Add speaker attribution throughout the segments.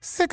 Speaker 1: Sick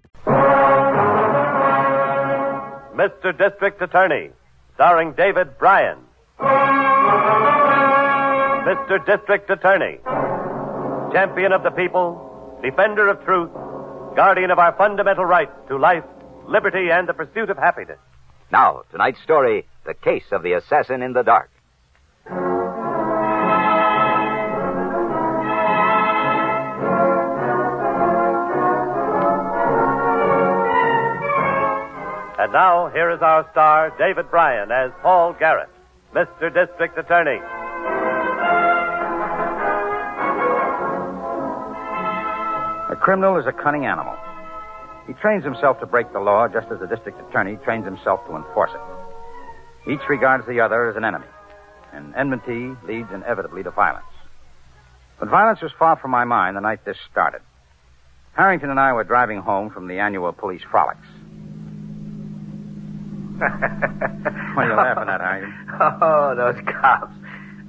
Speaker 2: Mr. District Attorney, starring David Bryan. Mr. District Attorney, champion of the people, defender of truth, guardian of our fundamental rights to life, liberty, and the pursuit of happiness.
Speaker 3: Now, tonight's story The Case of the Assassin in the Dark.
Speaker 2: And now, here is our star, David Bryan, as Paul Garrett, Mr. District Attorney.
Speaker 4: A criminal is a cunning animal. He trains himself to break the law just as the district attorney trains himself to enforce it. Each regards the other as an enemy, and enmity leads inevitably to violence. But violence was far from my mind the night this started. Harrington and I were driving home from the annual police frolics. What are you laughing at, Harrington?
Speaker 5: Oh, those cops.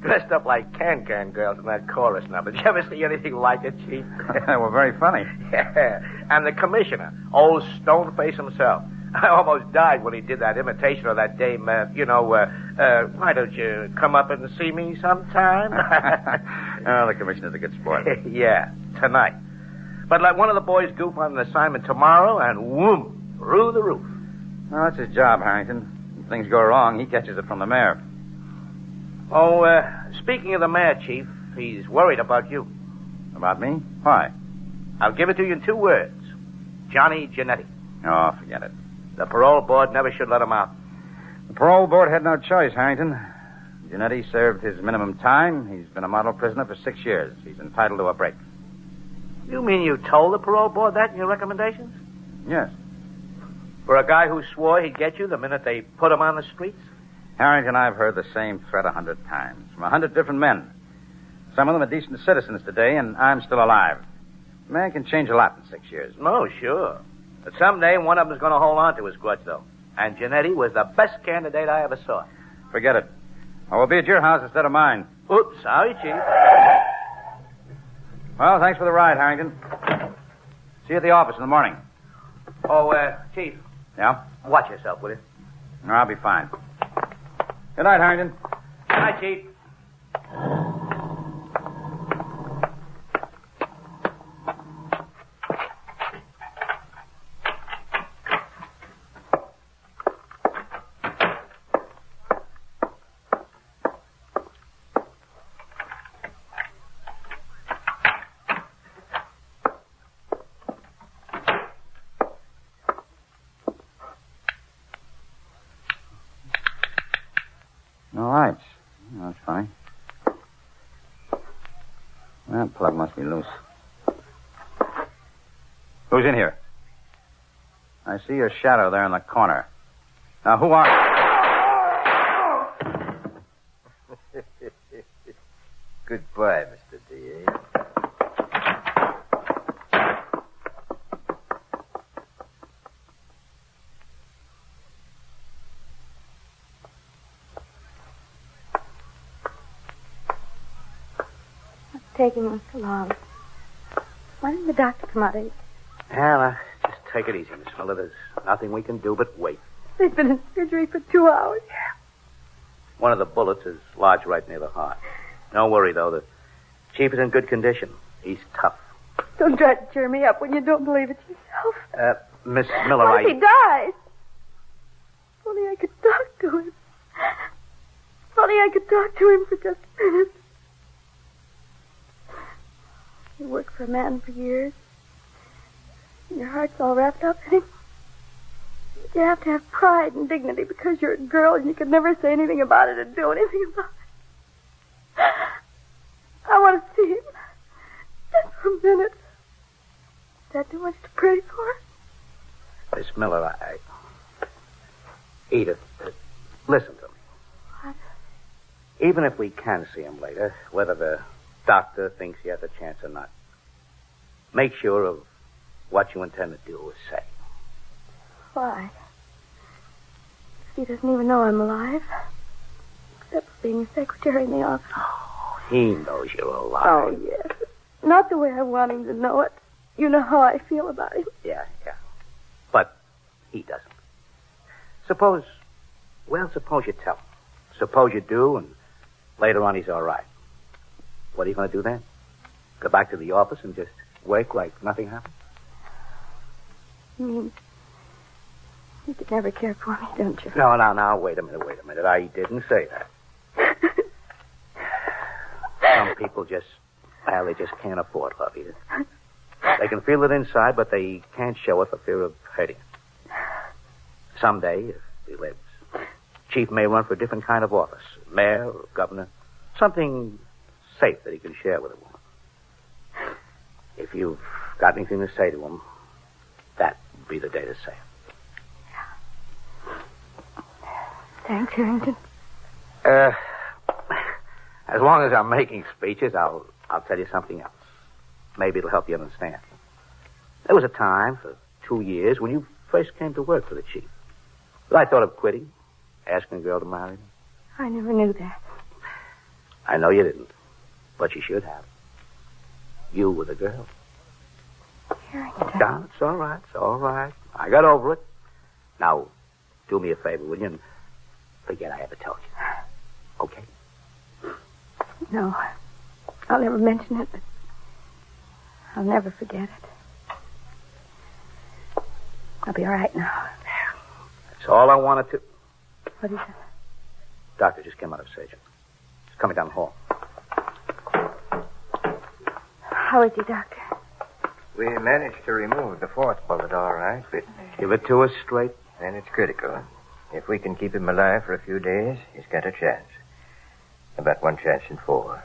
Speaker 5: Dressed up like can-can girls in that chorus number. Did you ever see anything like it, Chief?
Speaker 4: they were very funny.
Speaker 5: yeah. And the commissioner, old Stoneface himself. I almost died when he did that imitation of that dame, uh, you know, uh, uh, why don't you come up and see me sometime?
Speaker 4: oh, the commissioner's a good sport.
Speaker 5: yeah, tonight. But let one of the boys goof on an assignment tomorrow, and whoom, through the roof.
Speaker 4: Well, that's his job, Harrington. If things go wrong, he catches it from the mayor.
Speaker 5: Oh, uh, speaking of the mayor, Chief, he's worried about you.
Speaker 4: About me? Why?
Speaker 5: I'll give it to you in two words. Johnny Janetti.
Speaker 4: Oh, forget it.
Speaker 5: The parole board never should let him out.
Speaker 4: The parole board had no choice, Harrington. Janetti served his minimum time. He's been a model prisoner for six years. He's entitled to a break.
Speaker 5: You mean you told the parole board that in your recommendations?
Speaker 4: Yes.
Speaker 5: For a guy who swore he'd get you the minute they put him on the streets?
Speaker 4: Harrington, I've heard the same threat a hundred times from a hundred different men. Some of them are decent citizens today, and I'm still alive. A man can change a lot in six years.
Speaker 5: No, sure. But someday one of them's going to hold on to his grudge, though. And Janetti was the best candidate I ever saw.
Speaker 4: Forget it. I will be at your house instead of mine.
Speaker 5: Oops, sorry, Chief.
Speaker 4: Well, thanks for the ride, Harrington. See you at the office in the morning.
Speaker 5: Oh, uh, Chief,
Speaker 4: Yeah?
Speaker 5: watch yourself, will you?
Speaker 4: No, I'll be fine. Good night, Harrington.
Speaker 5: Hi, Chief.
Speaker 4: No lights. Oh, that's funny. That plug must be loose. Who's in here? I see your shadow there in the corner. Now, who are you?
Speaker 5: Goodbye, Mr. D.A.
Speaker 4: eh?
Speaker 6: taking him so long. Why didn't the doctor come out?
Speaker 5: Hannah, just take it easy, Miss Miller. There's nothing we can do but wait.
Speaker 6: They've been in surgery for two hours.
Speaker 5: One of the bullets is lodged right near the heart. Don't worry, though. The chief is in good condition. He's tough.
Speaker 6: Don't try to cheer me up when you don't believe it yourself.
Speaker 5: Uh, Miss Miller,
Speaker 6: what if he
Speaker 5: I...
Speaker 6: dies? If only I could talk to him. If only I could talk to him for just a minute. You work for a man for years. and Your heart's all wrapped up in him. You have to have pride and dignity because you're a girl and you can never say anything about it or do anything about it. I want to see him. Just for a minute. Is that too much to pray for?
Speaker 5: Miss Miller, I... Edith, uh, listen to me.
Speaker 6: What?
Speaker 5: Even if we can see him later, whether the doctor thinks he has a chance or not, make sure of what you intend to do or say.
Speaker 6: Why? He doesn't even know I'm alive. Except for being a secretary in the office.
Speaker 5: He knows you're
Speaker 6: Oh,
Speaker 5: alive.
Speaker 6: yes. Not the way I want him to know it. You know how I feel about him.
Speaker 5: Yeah, yeah. But he doesn't. Suppose, well, suppose you tell him. Suppose you do, and later on he's all right. What are you going to do then? Go back to the office and just work like nothing happened?
Speaker 6: You mean, you could never care for me, don't you?
Speaker 5: No, no, no. Wait a minute, wait a minute. I didn't say that. Some people just, well, they just can't afford love, Edith. They can feel it inside, but they can't show it for fear of hurting it. Someday, if he lives, Chief may run for a different kind of office, mayor or governor, something safe that he can share with a woman. If you've got anything to say to him, that would be the day to say it.
Speaker 6: Thanks, Harrington.
Speaker 5: Uh, as long as I'm making speeches, I'll I'll tell you something else. Maybe it'll help you understand. There was a time for two years when you first came to work for the chief. But I thought of quitting, asking a girl to marry me.
Speaker 6: I never knew that.
Speaker 5: I know you didn't, but you should have. You were the girl.
Speaker 6: Harrington.
Speaker 5: Don, it's all right. It's all right. I got over it. Now, do me a favor, will you? And forget I ever told you. Okay?
Speaker 6: No. I'll never mention it, but I'll never forget it. I'll be all right now.
Speaker 5: That's all I wanted to.
Speaker 6: What is it?
Speaker 5: Doctor just came out of surgery. He's coming down the hall.
Speaker 6: How is he, Doctor?
Speaker 7: We managed to remove the fourth bullet, all right, but
Speaker 5: Give it to us straight.
Speaker 7: then it's critical. If we can keep him alive for a few days, he's got a chance. About one chance in four.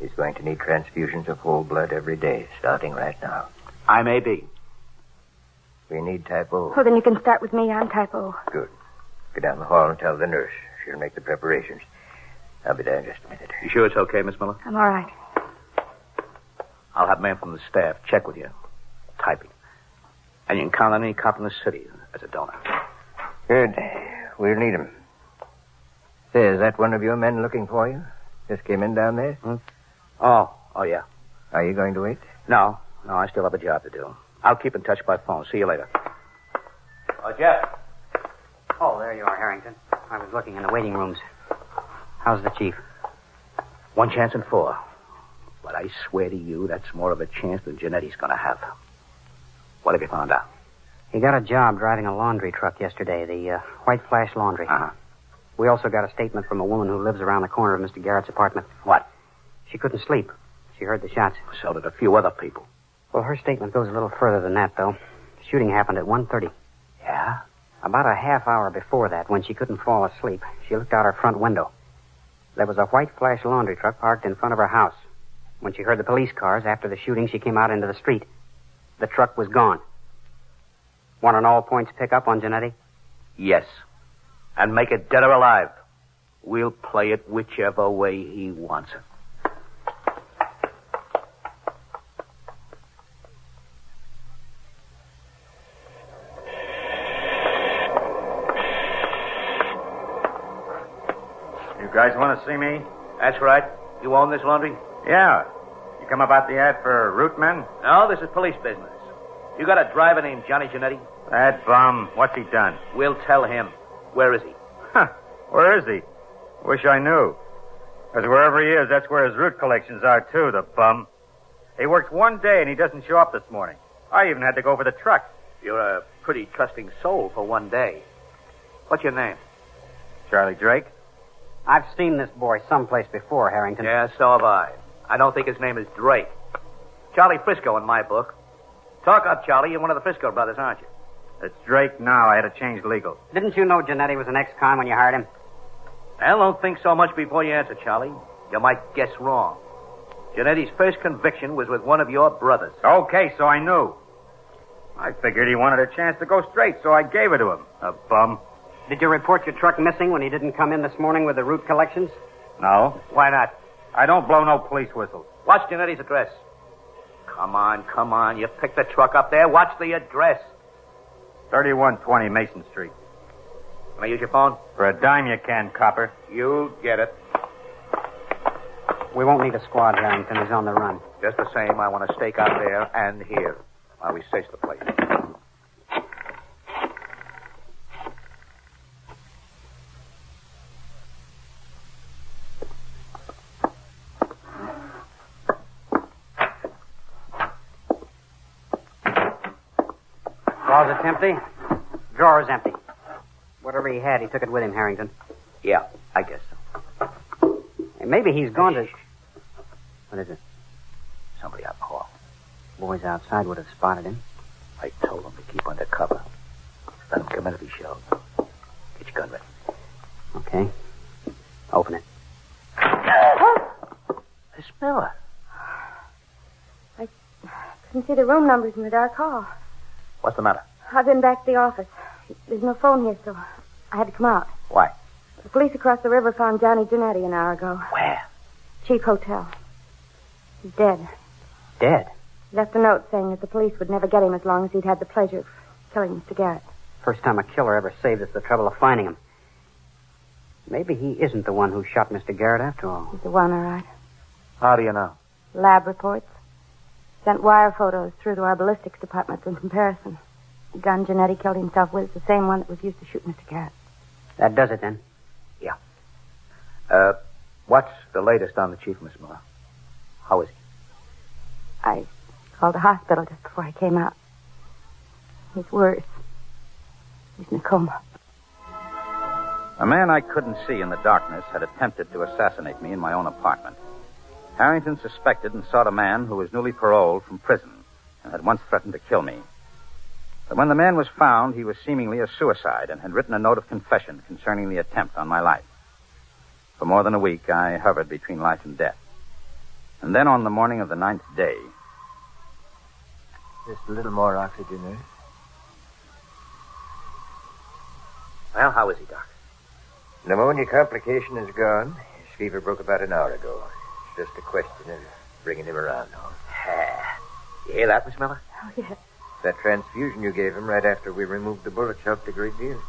Speaker 7: He's going to need transfusions of whole blood every day, starting right now.
Speaker 5: I may be.
Speaker 7: We need type O.
Speaker 6: Well, then you can start with me. I'm type O.
Speaker 7: Go down the hall and tell the nurse. She'll make the preparations. I'll be there in just a minute.
Speaker 5: You sure it's okay, Miss Miller?
Speaker 6: I'm all right.
Speaker 5: I'll have a man from the staff check with you. Typing. And you can count on any cop in the city as a donor.
Speaker 7: Good. We'll need him. Say, is that one of your men looking for you? Just came in down there?
Speaker 5: Oh, oh yeah.
Speaker 7: Are you going to wait?
Speaker 5: No, no, I still have a job to do. I'll keep in touch by phone. See you later. Oh, Jeff.
Speaker 8: Oh, there you are, Harrington. I was looking in the waiting rooms. How's the chief?
Speaker 5: One chance in four. But I swear to you, that's more of a chance than Janetti's going to have. What have you found out?
Speaker 8: He got a job driving a laundry truck yesterday, the uh, White Flash Laundry.
Speaker 5: Uh-huh.
Speaker 8: We also got a statement from a woman who lives around the corner of Mr. Garrett's apartment.
Speaker 5: What?
Speaker 8: She couldn't sleep. She heard the shots.
Speaker 5: So did a few other people.
Speaker 8: Well, her statement goes a little further than that, though. Shooting happened at 1.30.
Speaker 5: Yeah?
Speaker 8: About a half hour before that, when she couldn't fall asleep, she looked out her front window. There was a white flash laundry truck parked in front of her house. When she heard the police cars after the shooting, she came out into the street. The truck was gone. Want an all points pickup on Janetti?
Speaker 5: Yes. And make it dead or alive. We'll play it whichever way he wants it.
Speaker 4: You guys want to see me?
Speaker 5: That's right. You own this laundry?
Speaker 4: Yeah. You come about the ad for root men?
Speaker 5: No, this is police business. You got a driver named Johnny Janetti?
Speaker 4: That bum. What's he done?
Speaker 5: We'll tell him. Where is he?
Speaker 4: Huh. Where is he? Wish I knew. Because wherever he is, that's where his root collections are, too, the bum. He worked one day and he doesn't show up this morning. I even had to go for the truck.
Speaker 5: You're a pretty trusting soul for one day. What's your name?
Speaker 4: Charlie Drake.
Speaker 8: I've seen this boy someplace before, Harrington.
Speaker 5: Yeah, so have I. I don't think his name is Drake. Charlie Frisco in my book. Talk up, Charlie. You're one of the Frisco brothers, aren't you?
Speaker 4: It's Drake now. I had to change legal.
Speaker 8: Didn't you know Janetti was an ex-con when you hired him?
Speaker 5: Well, don't think so much before you answer, Charlie. You might guess wrong. Janetti's first conviction was with one of your brothers.
Speaker 4: Okay, so I knew. I figured he wanted a chance to go straight, so I gave it to him. A bum.
Speaker 8: Did you report your truck missing when he didn't come in this morning with the root collections?
Speaker 4: No.
Speaker 5: Why not?
Speaker 4: I don't blow no police whistles.
Speaker 5: What's Janetti's address? Come on, come on. You picked the truck up there. What's the address?
Speaker 4: 3120 Mason Street.
Speaker 5: Can I use your phone?
Speaker 4: For a dime you can, copper.
Speaker 5: You get it.
Speaker 8: We won't need a squad, Harrington. He's on the run.
Speaker 5: Just the same, I want to stake out there and here while we search the place.
Speaker 8: Closet's empty. Drawer's empty. Whatever he had, he took it with him, Harrington.
Speaker 5: Yeah, I guess so.
Speaker 8: And maybe he's gone to. What is it?
Speaker 5: Somebody out call.
Speaker 8: Boys outside would have spotted him.
Speaker 5: I told them to keep under cover. Let him come in if he shows. Get your gun ready.
Speaker 8: Okay. Open it.
Speaker 5: Miss Miller.
Speaker 6: I couldn't see the room numbers in the dark hall.
Speaker 5: What's the matter?
Speaker 6: I've been back to the office. There's no phone here, so I had to come out.
Speaker 5: Why?
Speaker 6: The police across the river found Johnny Janetti an hour ago.
Speaker 5: Where?
Speaker 6: Cheap hotel. He's dead.
Speaker 8: Dead?
Speaker 6: Left a note saying that the police would never get him as long as he'd had the pleasure of killing Mr. Garrett.
Speaker 8: First time a killer ever saved us the trouble of finding him. Maybe he isn't the one who shot Mr. Garrett after all.
Speaker 6: He's the one, all right.
Speaker 5: How do you know?
Speaker 6: Lab reports. Sent wire photos through to our ballistics department for comparison. The gun Janetti killed himself with is the same one that was used to shoot Mr. Garrett.
Speaker 8: That does it then.
Speaker 5: Yeah. Uh, what's the latest on the chief, Miss Miller? How is he?
Speaker 6: I called the hospital just before I came out. He's worse. He's in a coma.
Speaker 4: A man I couldn't see in the darkness had attempted to assassinate me in my own apartment. Harrington suspected and sought a man who was newly paroled from prison and had once threatened to kill me. But when the man was found, he was seemingly a suicide and had written a note of confession concerning the attempt on my life. For more than a week, I hovered between life and death. And then on the morning of the ninth day.
Speaker 7: Just a little more oxygen, eh? nurse.
Speaker 5: Well, how is he, Doc?
Speaker 7: Pneumonia complication is gone. His fever broke about an hour ago. It's just a question of bringing him around home.
Speaker 5: You hear that, Miss Miller?
Speaker 6: Oh, yes.
Speaker 7: That transfusion you gave him right after we removed the bullets helped a great deal.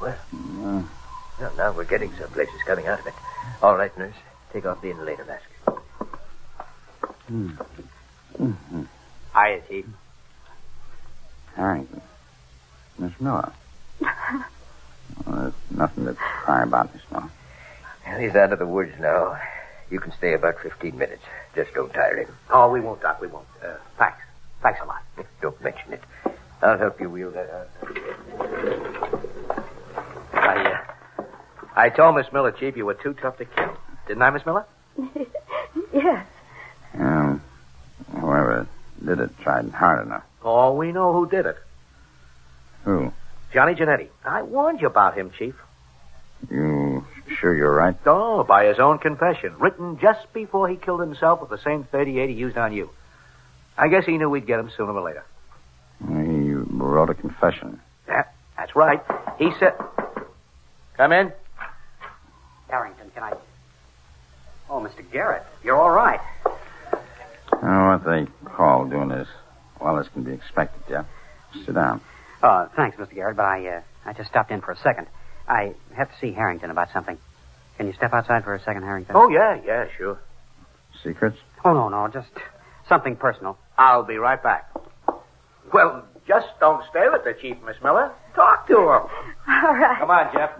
Speaker 7: Well, well, now we're getting someplace. It's coming out of it. All right, nurse. Take off the inhaler mask.
Speaker 5: Hi, is he?
Speaker 4: Harrington. Miss Miller. well, there's nothing to cry about, Miss Miller.
Speaker 7: Well, he's out of the woods now. You can stay about 15 minutes. Just don't tire him.
Speaker 5: Oh, we won't, Doc. We won't. Uh, thanks. Thanks a lot.
Speaker 7: Don't mention it. I'll help you wheel that out.
Speaker 5: I, uh, I told Miss Miller, Chief, you were too tough to kill. Didn't I, Miss Miller?
Speaker 6: Yes.
Speaker 4: Um, whoever did it tried hard enough.
Speaker 5: Oh, we know who did it.
Speaker 4: Who?
Speaker 5: Johnny Janetti. I warned you about him, Chief.
Speaker 4: You sure you're right?
Speaker 5: Oh, by his own confession, written just before he killed himself with the same 38 he used on you. I guess he knew we'd get him sooner or later.
Speaker 4: He wrote a confession.
Speaker 5: Yeah, that's right. He said. Come in.
Speaker 8: Harrington, can I. Oh, Mr. Garrett, you're all right.
Speaker 4: Oh, what they call doing this, well, this can be expected, Jeff. Sit down.
Speaker 8: Uh, thanks, Mr. Garrett, but I, uh, I just stopped in for a second. I have to see Harrington about something. Can you step outside for a second, Harrington?
Speaker 5: Oh, yeah, yeah, sure.
Speaker 9: Secrets?
Speaker 8: Oh, no, no, just something personal.
Speaker 5: I'll be right back. Well, just don't stay with the chief, Miss Miller. Talk to him.
Speaker 6: All right.
Speaker 5: Come on, Jeff.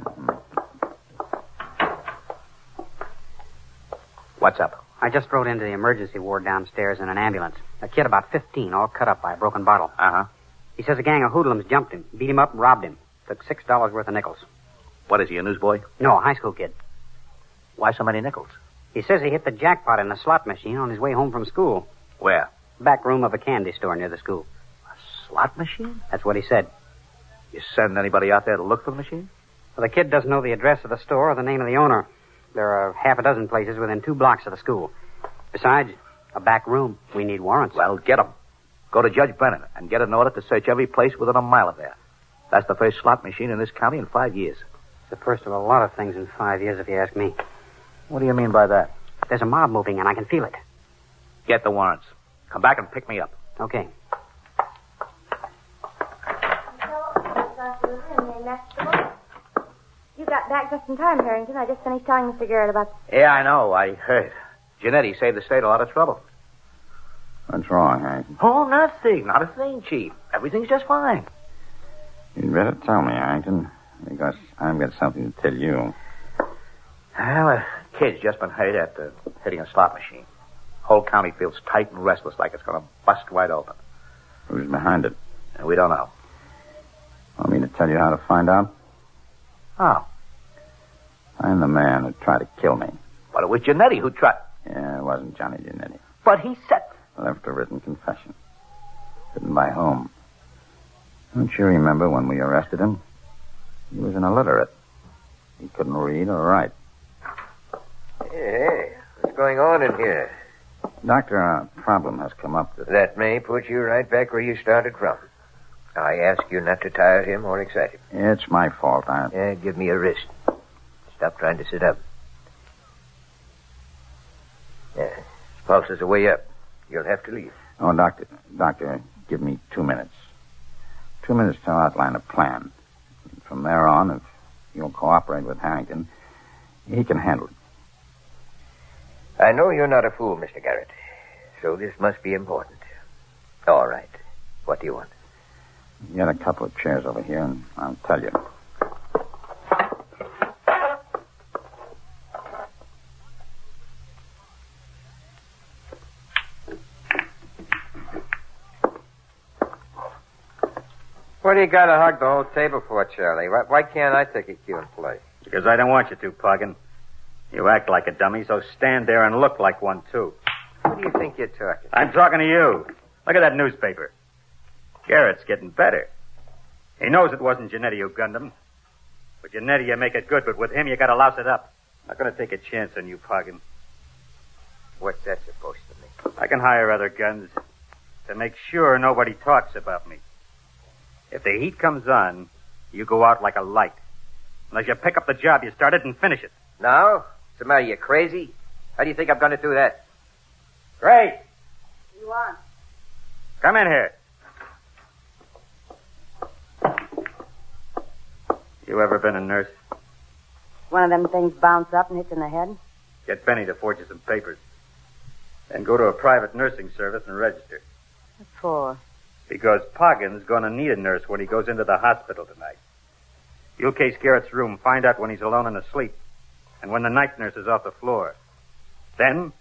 Speaker 9: What's up?
Speaker 8: I just rode into the emergency ward downstairs in an ambulance. A kid about 15, all cut up by a broken bottle.
Speaker 9: Uh huh.
Speaker 8: He says a gang of hoodlums jumped him, beat him up, and robbed him. Took $6 worth of nickels.
Speaker 9: What is he, a newsboy?
Speaker 8: No, a high school kid.
Speaker 9: Why so many nickels?
Speaker 8: He says he hit the jackpot in the slot machine on his way home from school.
Speaker 9: Where?
Speaker 8: Back room of a candy store near the school.
Speaker 9: A slot machine?
Speaker 8: That's what he said.
Speaker 9: You send anybody out there to look for the machine?
Speaker 8: Well, the kid doesn't know the address of the store or the name of the owner. There are half a dozen places within two blocks of the school. Besides, a back room. We need warrants.
Speaker 9: Well, get 'em. Go to Judge Brennan and get an order to search every place within a mile of there. That's the first slot machine in this county in five years.
Speaker 8: it's the first of a lot of things in five years, if you ask me.
Speaker 9: What do you mean by that?
Speaker 8: There's a mob moving, and I can feel it.
Speaker 9: Get the warrants. Come back and pick me up.
Speaker 8: Okay.
Speaker 6: You got back just in time, Harrington. I just finished telling Mr. Garrett about.
Speaker 5: Yeah, I know. I heard.
Speaker 9: Janetti saved the state a lot of trouble.
Speaker 4: What's wrong, Harrington?
Speaker 5: Oh, nothing. Not a thing, Chief. Everything's just fine.
Speaker 4: You'd better tell me, Harrington, because I've got something to tell you.
Speaker 5: Well, a kid's just been hurt at uh, hitting a slot machine. Whole county feels tight and restless, like it's going to bust wide open.
Speaker 4: Who's behind it?
Speaker 5: And we don't know.
Speaker 4: Want me to tell you how to find out?
Speaker 5: Oh,
Speaker 4: I'm the man who tried to kill me.
Speaker 5: but it was Janetti who tried.
Speaker 4: Yeah, it wasn't Johnny Janetti.
Speaker 5: But he said.
Speaker 4: left a written confession. Written by whom? Don't you remember when we arrested him? He was an illiterate. He couldn't read or write.
Speaker 7: Hey, what's going on in here?
Speaker 4: Doctor, a problem has come up that
Speaker 7: That may put you right back where you started from. I ask you not to tire him or excite him.
Speaker 4: it's my fault. I
Speaker 7: Yeah, give me a wrist. Stop trying to sit up. Yeah, his Eh, pulse is way up. You'll have to leave.
Speaker 4: oh doctor doctor, give me two minutes. Two minutes to outline a plan. From there on, if you'll cooperate with Harrington, he can handle it.
Speaker 7: I know you're not a fool, Mr. Garrett, so this must be important. All right. What do you want?
Speaker 4: Get a couple of chairs over here and I'll tell you.
Speaker 10: What do you got to hug the whole table for, Charlie? Why, why can't I take a cue and play?
Speaker 11: Because I don't want you to, Poggin. You act like a dummy, so stand there and look like one, too.
Speaker 10: Who do you think you're talking?
Speaker 11: I'm talking to you. Look at that newspaper. Garrett's getting better. He knows it wasn't Janetti who gunned him. With Janetti, you make it good, but with him, you gotta louse it up. Not gonna take a chance on you, Poggin.
Speaker 10: What's that supposed to mean?
Speaker 11: I can hire other guns to make sure nobody talks about me. If the heat comes on, you go out like a light. Unless you pick up the job you started and finish it.
Speaker 10: No? What's the matter? You crazy? How do you think I'm going to do that?
Speaker 11: Great!
Speaker 6: You on?
Speaker 11: Come in here. You ever been a nurse?
Speaker 12: One of them things bounce up and hits in the head.
Speaker 11: Get Benny to forge you some papers. Then go to a private nursing service and register.
Speaker 12: What for?
Speaker 11: Because Poggin's going to need a nurse when he goes into the hospital tonight. You'll case Garrett's room, find out when he's alone and asleep, and when the night nurse is off the floor. Then.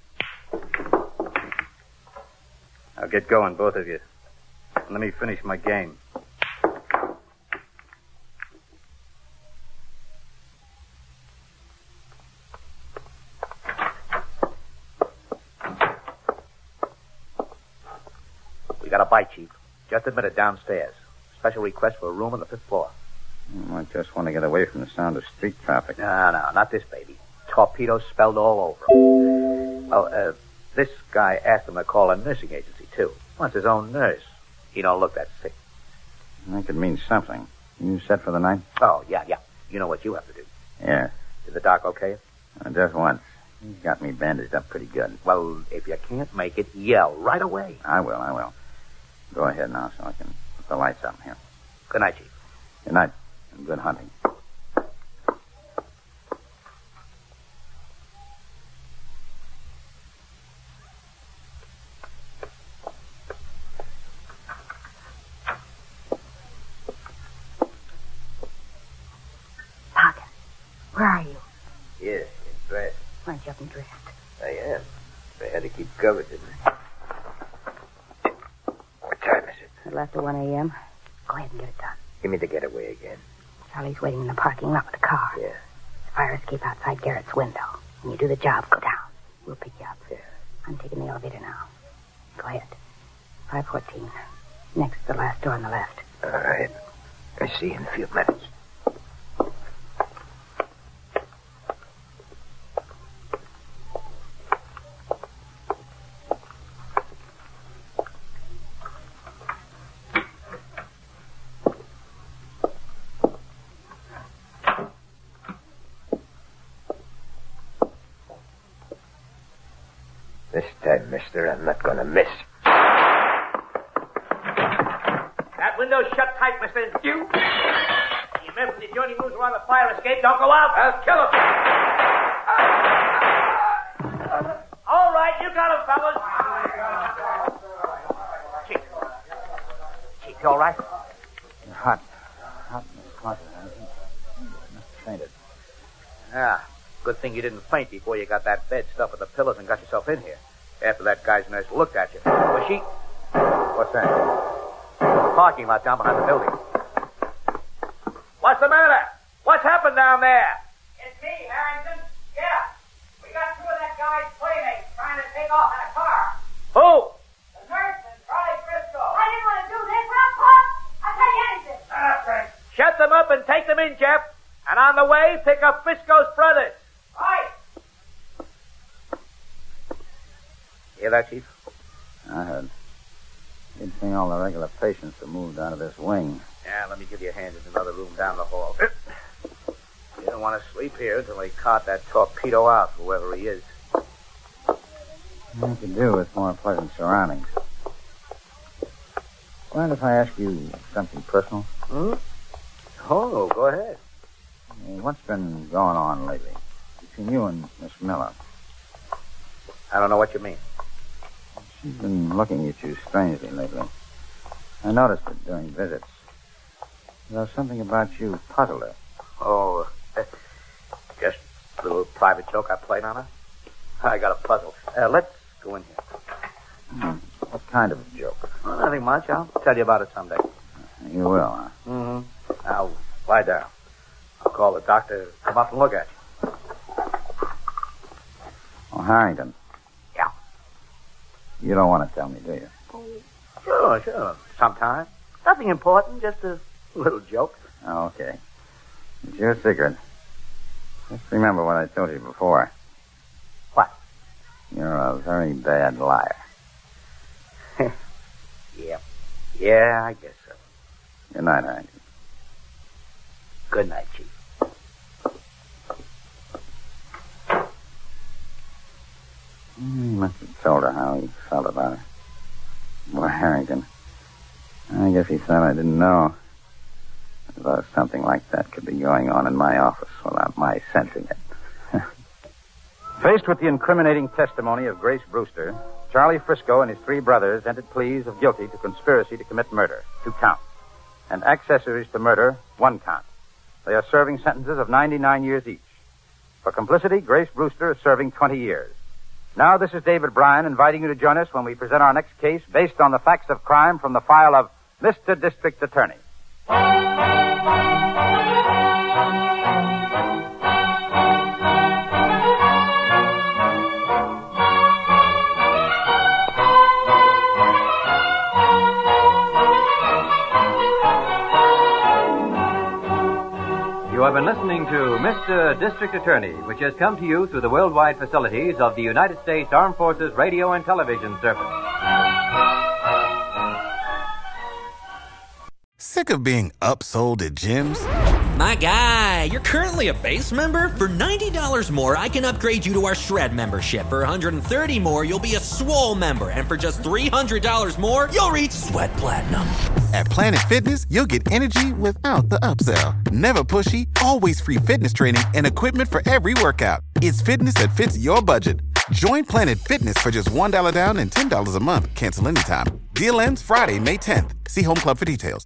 Speaker 11: Now get going, both of you. Let me finish my game.
Speaker 5: We got a bite, Chief. Just admitted downstairs. Special request for a room on the fifth floor.
Speaker 4: I just want to get away from the sound of Mm, street traffic.
Speaker 5: No, no, not this baby. Torpedoes spelled all over him. Well, uh, this guy asked him to call a nursing agency, too. Wants his own nurse. He don't look that sick.
Speaker 4: That could mean something. You set for the night?
Speaker 5: Oh, yeah, yeah. You know what you have to do.
Speaker 4: Yeah.
Speaker 5: Did the doc okay? it?
Speaker 4: Uh, Just once. He's got me bandaged up pretty good.
Speaker 5: Well, if you can't make it, yell right away.
Speaker 4: I will, I will. Go ahead now so I can put the lights out in here.
Speaker 5: Good night, Chief.
Speaker 4: Good night, and good hunting.
Speaker 13: Where are you?
Speaker 7: Yes, in fact,
Speaker 13: Aren't you up and dressed?
Speaker 7: I am. I had to keep covered, didn't I? What time is it?
Speaker 13: Little after 1 a.m. Go ahead and get it done.
Speaker 7: Give me the getaway again.
Speaker 13: Charlie's waiting in the parking lot with the car.
Speaker 7: Yeah.
Speaker 13: The fire escape outside Garrett's window. When you do the job, go down. We'll pick you up. Yeah. I'm taking the elevator now. Go ahead. 514. Next to the last door on the left.
Speaker 7: All right. Uh, I see you in a few minutes. This time, mister, I'm not gonna miss.
Speaker 5: That window's shut tight, mister. You. Remember, if Johnny moves around the fire escape, don't go out. I'll kill him. All right, you got him, fellas.
Speaker 4: Chief, you all right? Hot. Hot in the closet. I think. Must have fainted.
Speaker 5: Ah, good thing you didn't faint before you got that bed stuffed with the pillows and got yourself in here. After that guy's nurse looked at you. Was she? What's that? Parking lot down behind the building. What's the matter? What's happened down there?
Speaker 14: It's me, Harrington. Yeah. We got two of that guy's playmates trying to take off in a car.
Speaker 5: Who?
Speaker 14: The nurse and Charlie Frisco. I didn't want to do this, but I'm caught. I'll tell you anything.
Speaker 5: Shut them up and take them in, Jeff. And on the way, pick up Frisco's brothers.
Speaker 14: Right.
Speaker 4: Hear that, Chief? I heard. He'd seen all the regular patients that moved out of this wing.
Speaker 5: Yeah, let me give you a hand. There's another room down the hall. You don't want to sleep here until they caught that torpedo out, whoever he is.
Speaker 4: What to do with more pleasant surroundings. Mind if I ask you something personal?
Speaker 5: Hmm? Oh, go ahead.
Speaker 4: Hey, What's been going on lately between you and Miss Miller?
Speaker 5: I don't know what you mean.
Speaker 4: She's been looking at you strangely lately. I noticed it during visits. There's something about you puzzled her.
Speaker 5: Oh, just a little private joke I played on her. I got a puzzle. Uh, let's go in here. Hmm.
Speaker 4: What kind of a joke?
Speaker 5: Well, nothing much. I'll tell you about it someday.
Speaker 4: You will, huh?
Speaker 5: Mm-hmm. Now, lie down. I'll call the doctor. to Come up and look at you.
Speaker 4: Oh, Harrington.
Speaker 5: Yeah.
Speaker 4: You don't want to tell me, do you?
Speaker 5: Sure, sure. Sometime. Nothing important, just a little joke.
Speaker 4: Oh, okay. It's your secret. Just remember what I told you before.
Speaker 5: What?
Speaker 4: You're a very bad liar.
Speaker 5: Yeah. Yeah, I guess so.
Speaker 4: Good night, Harrington.
Speaker 5: Good night, Chief.
Speaker 4: Mm, He must have told her how he felt about her. Boy, Harrington. I guess he thought I didn't know. I thought something like that could be going on in my office without my sensing it. Faced with the incriminating testimony of Grace Brewster, Charlie Frisco and his three brothers entered pleas of guilty to conspiracy to commit murder, two counts, and accessories to murder, one count. They are serving sentences of 99 years each. For complicity, Grace Brewster is serving 20 years. Now, this is David Bryan inviting you to join us when we present our next case based on the facts of crime from the file of Mr. District Attorney.
Speaker 15: You have been listening to Mr. District Attorney, which has come to you through the worldwide facilities of the United States Armed Forces Radio and Television Service.
Speaker 1: Sick of being upsold at gyms?
Speaker 16: My guy, you're currently a base member. For $90 more, I can upgrade you to our Shred membership. For $130 more, you'll be a swole member. And for just $300 more, you'll reach Sweat Platinum.
Speaker 1: At Planet Fitness, you'll get energy without the upsell. Never pushy, always free fitness training and equipment for every workout. It's fitness that fits your budget. Join Planet Fitness for just $1 down and $10 a month. Cancel anytime. Deal ends Friday, May 10th. See Home Club for details.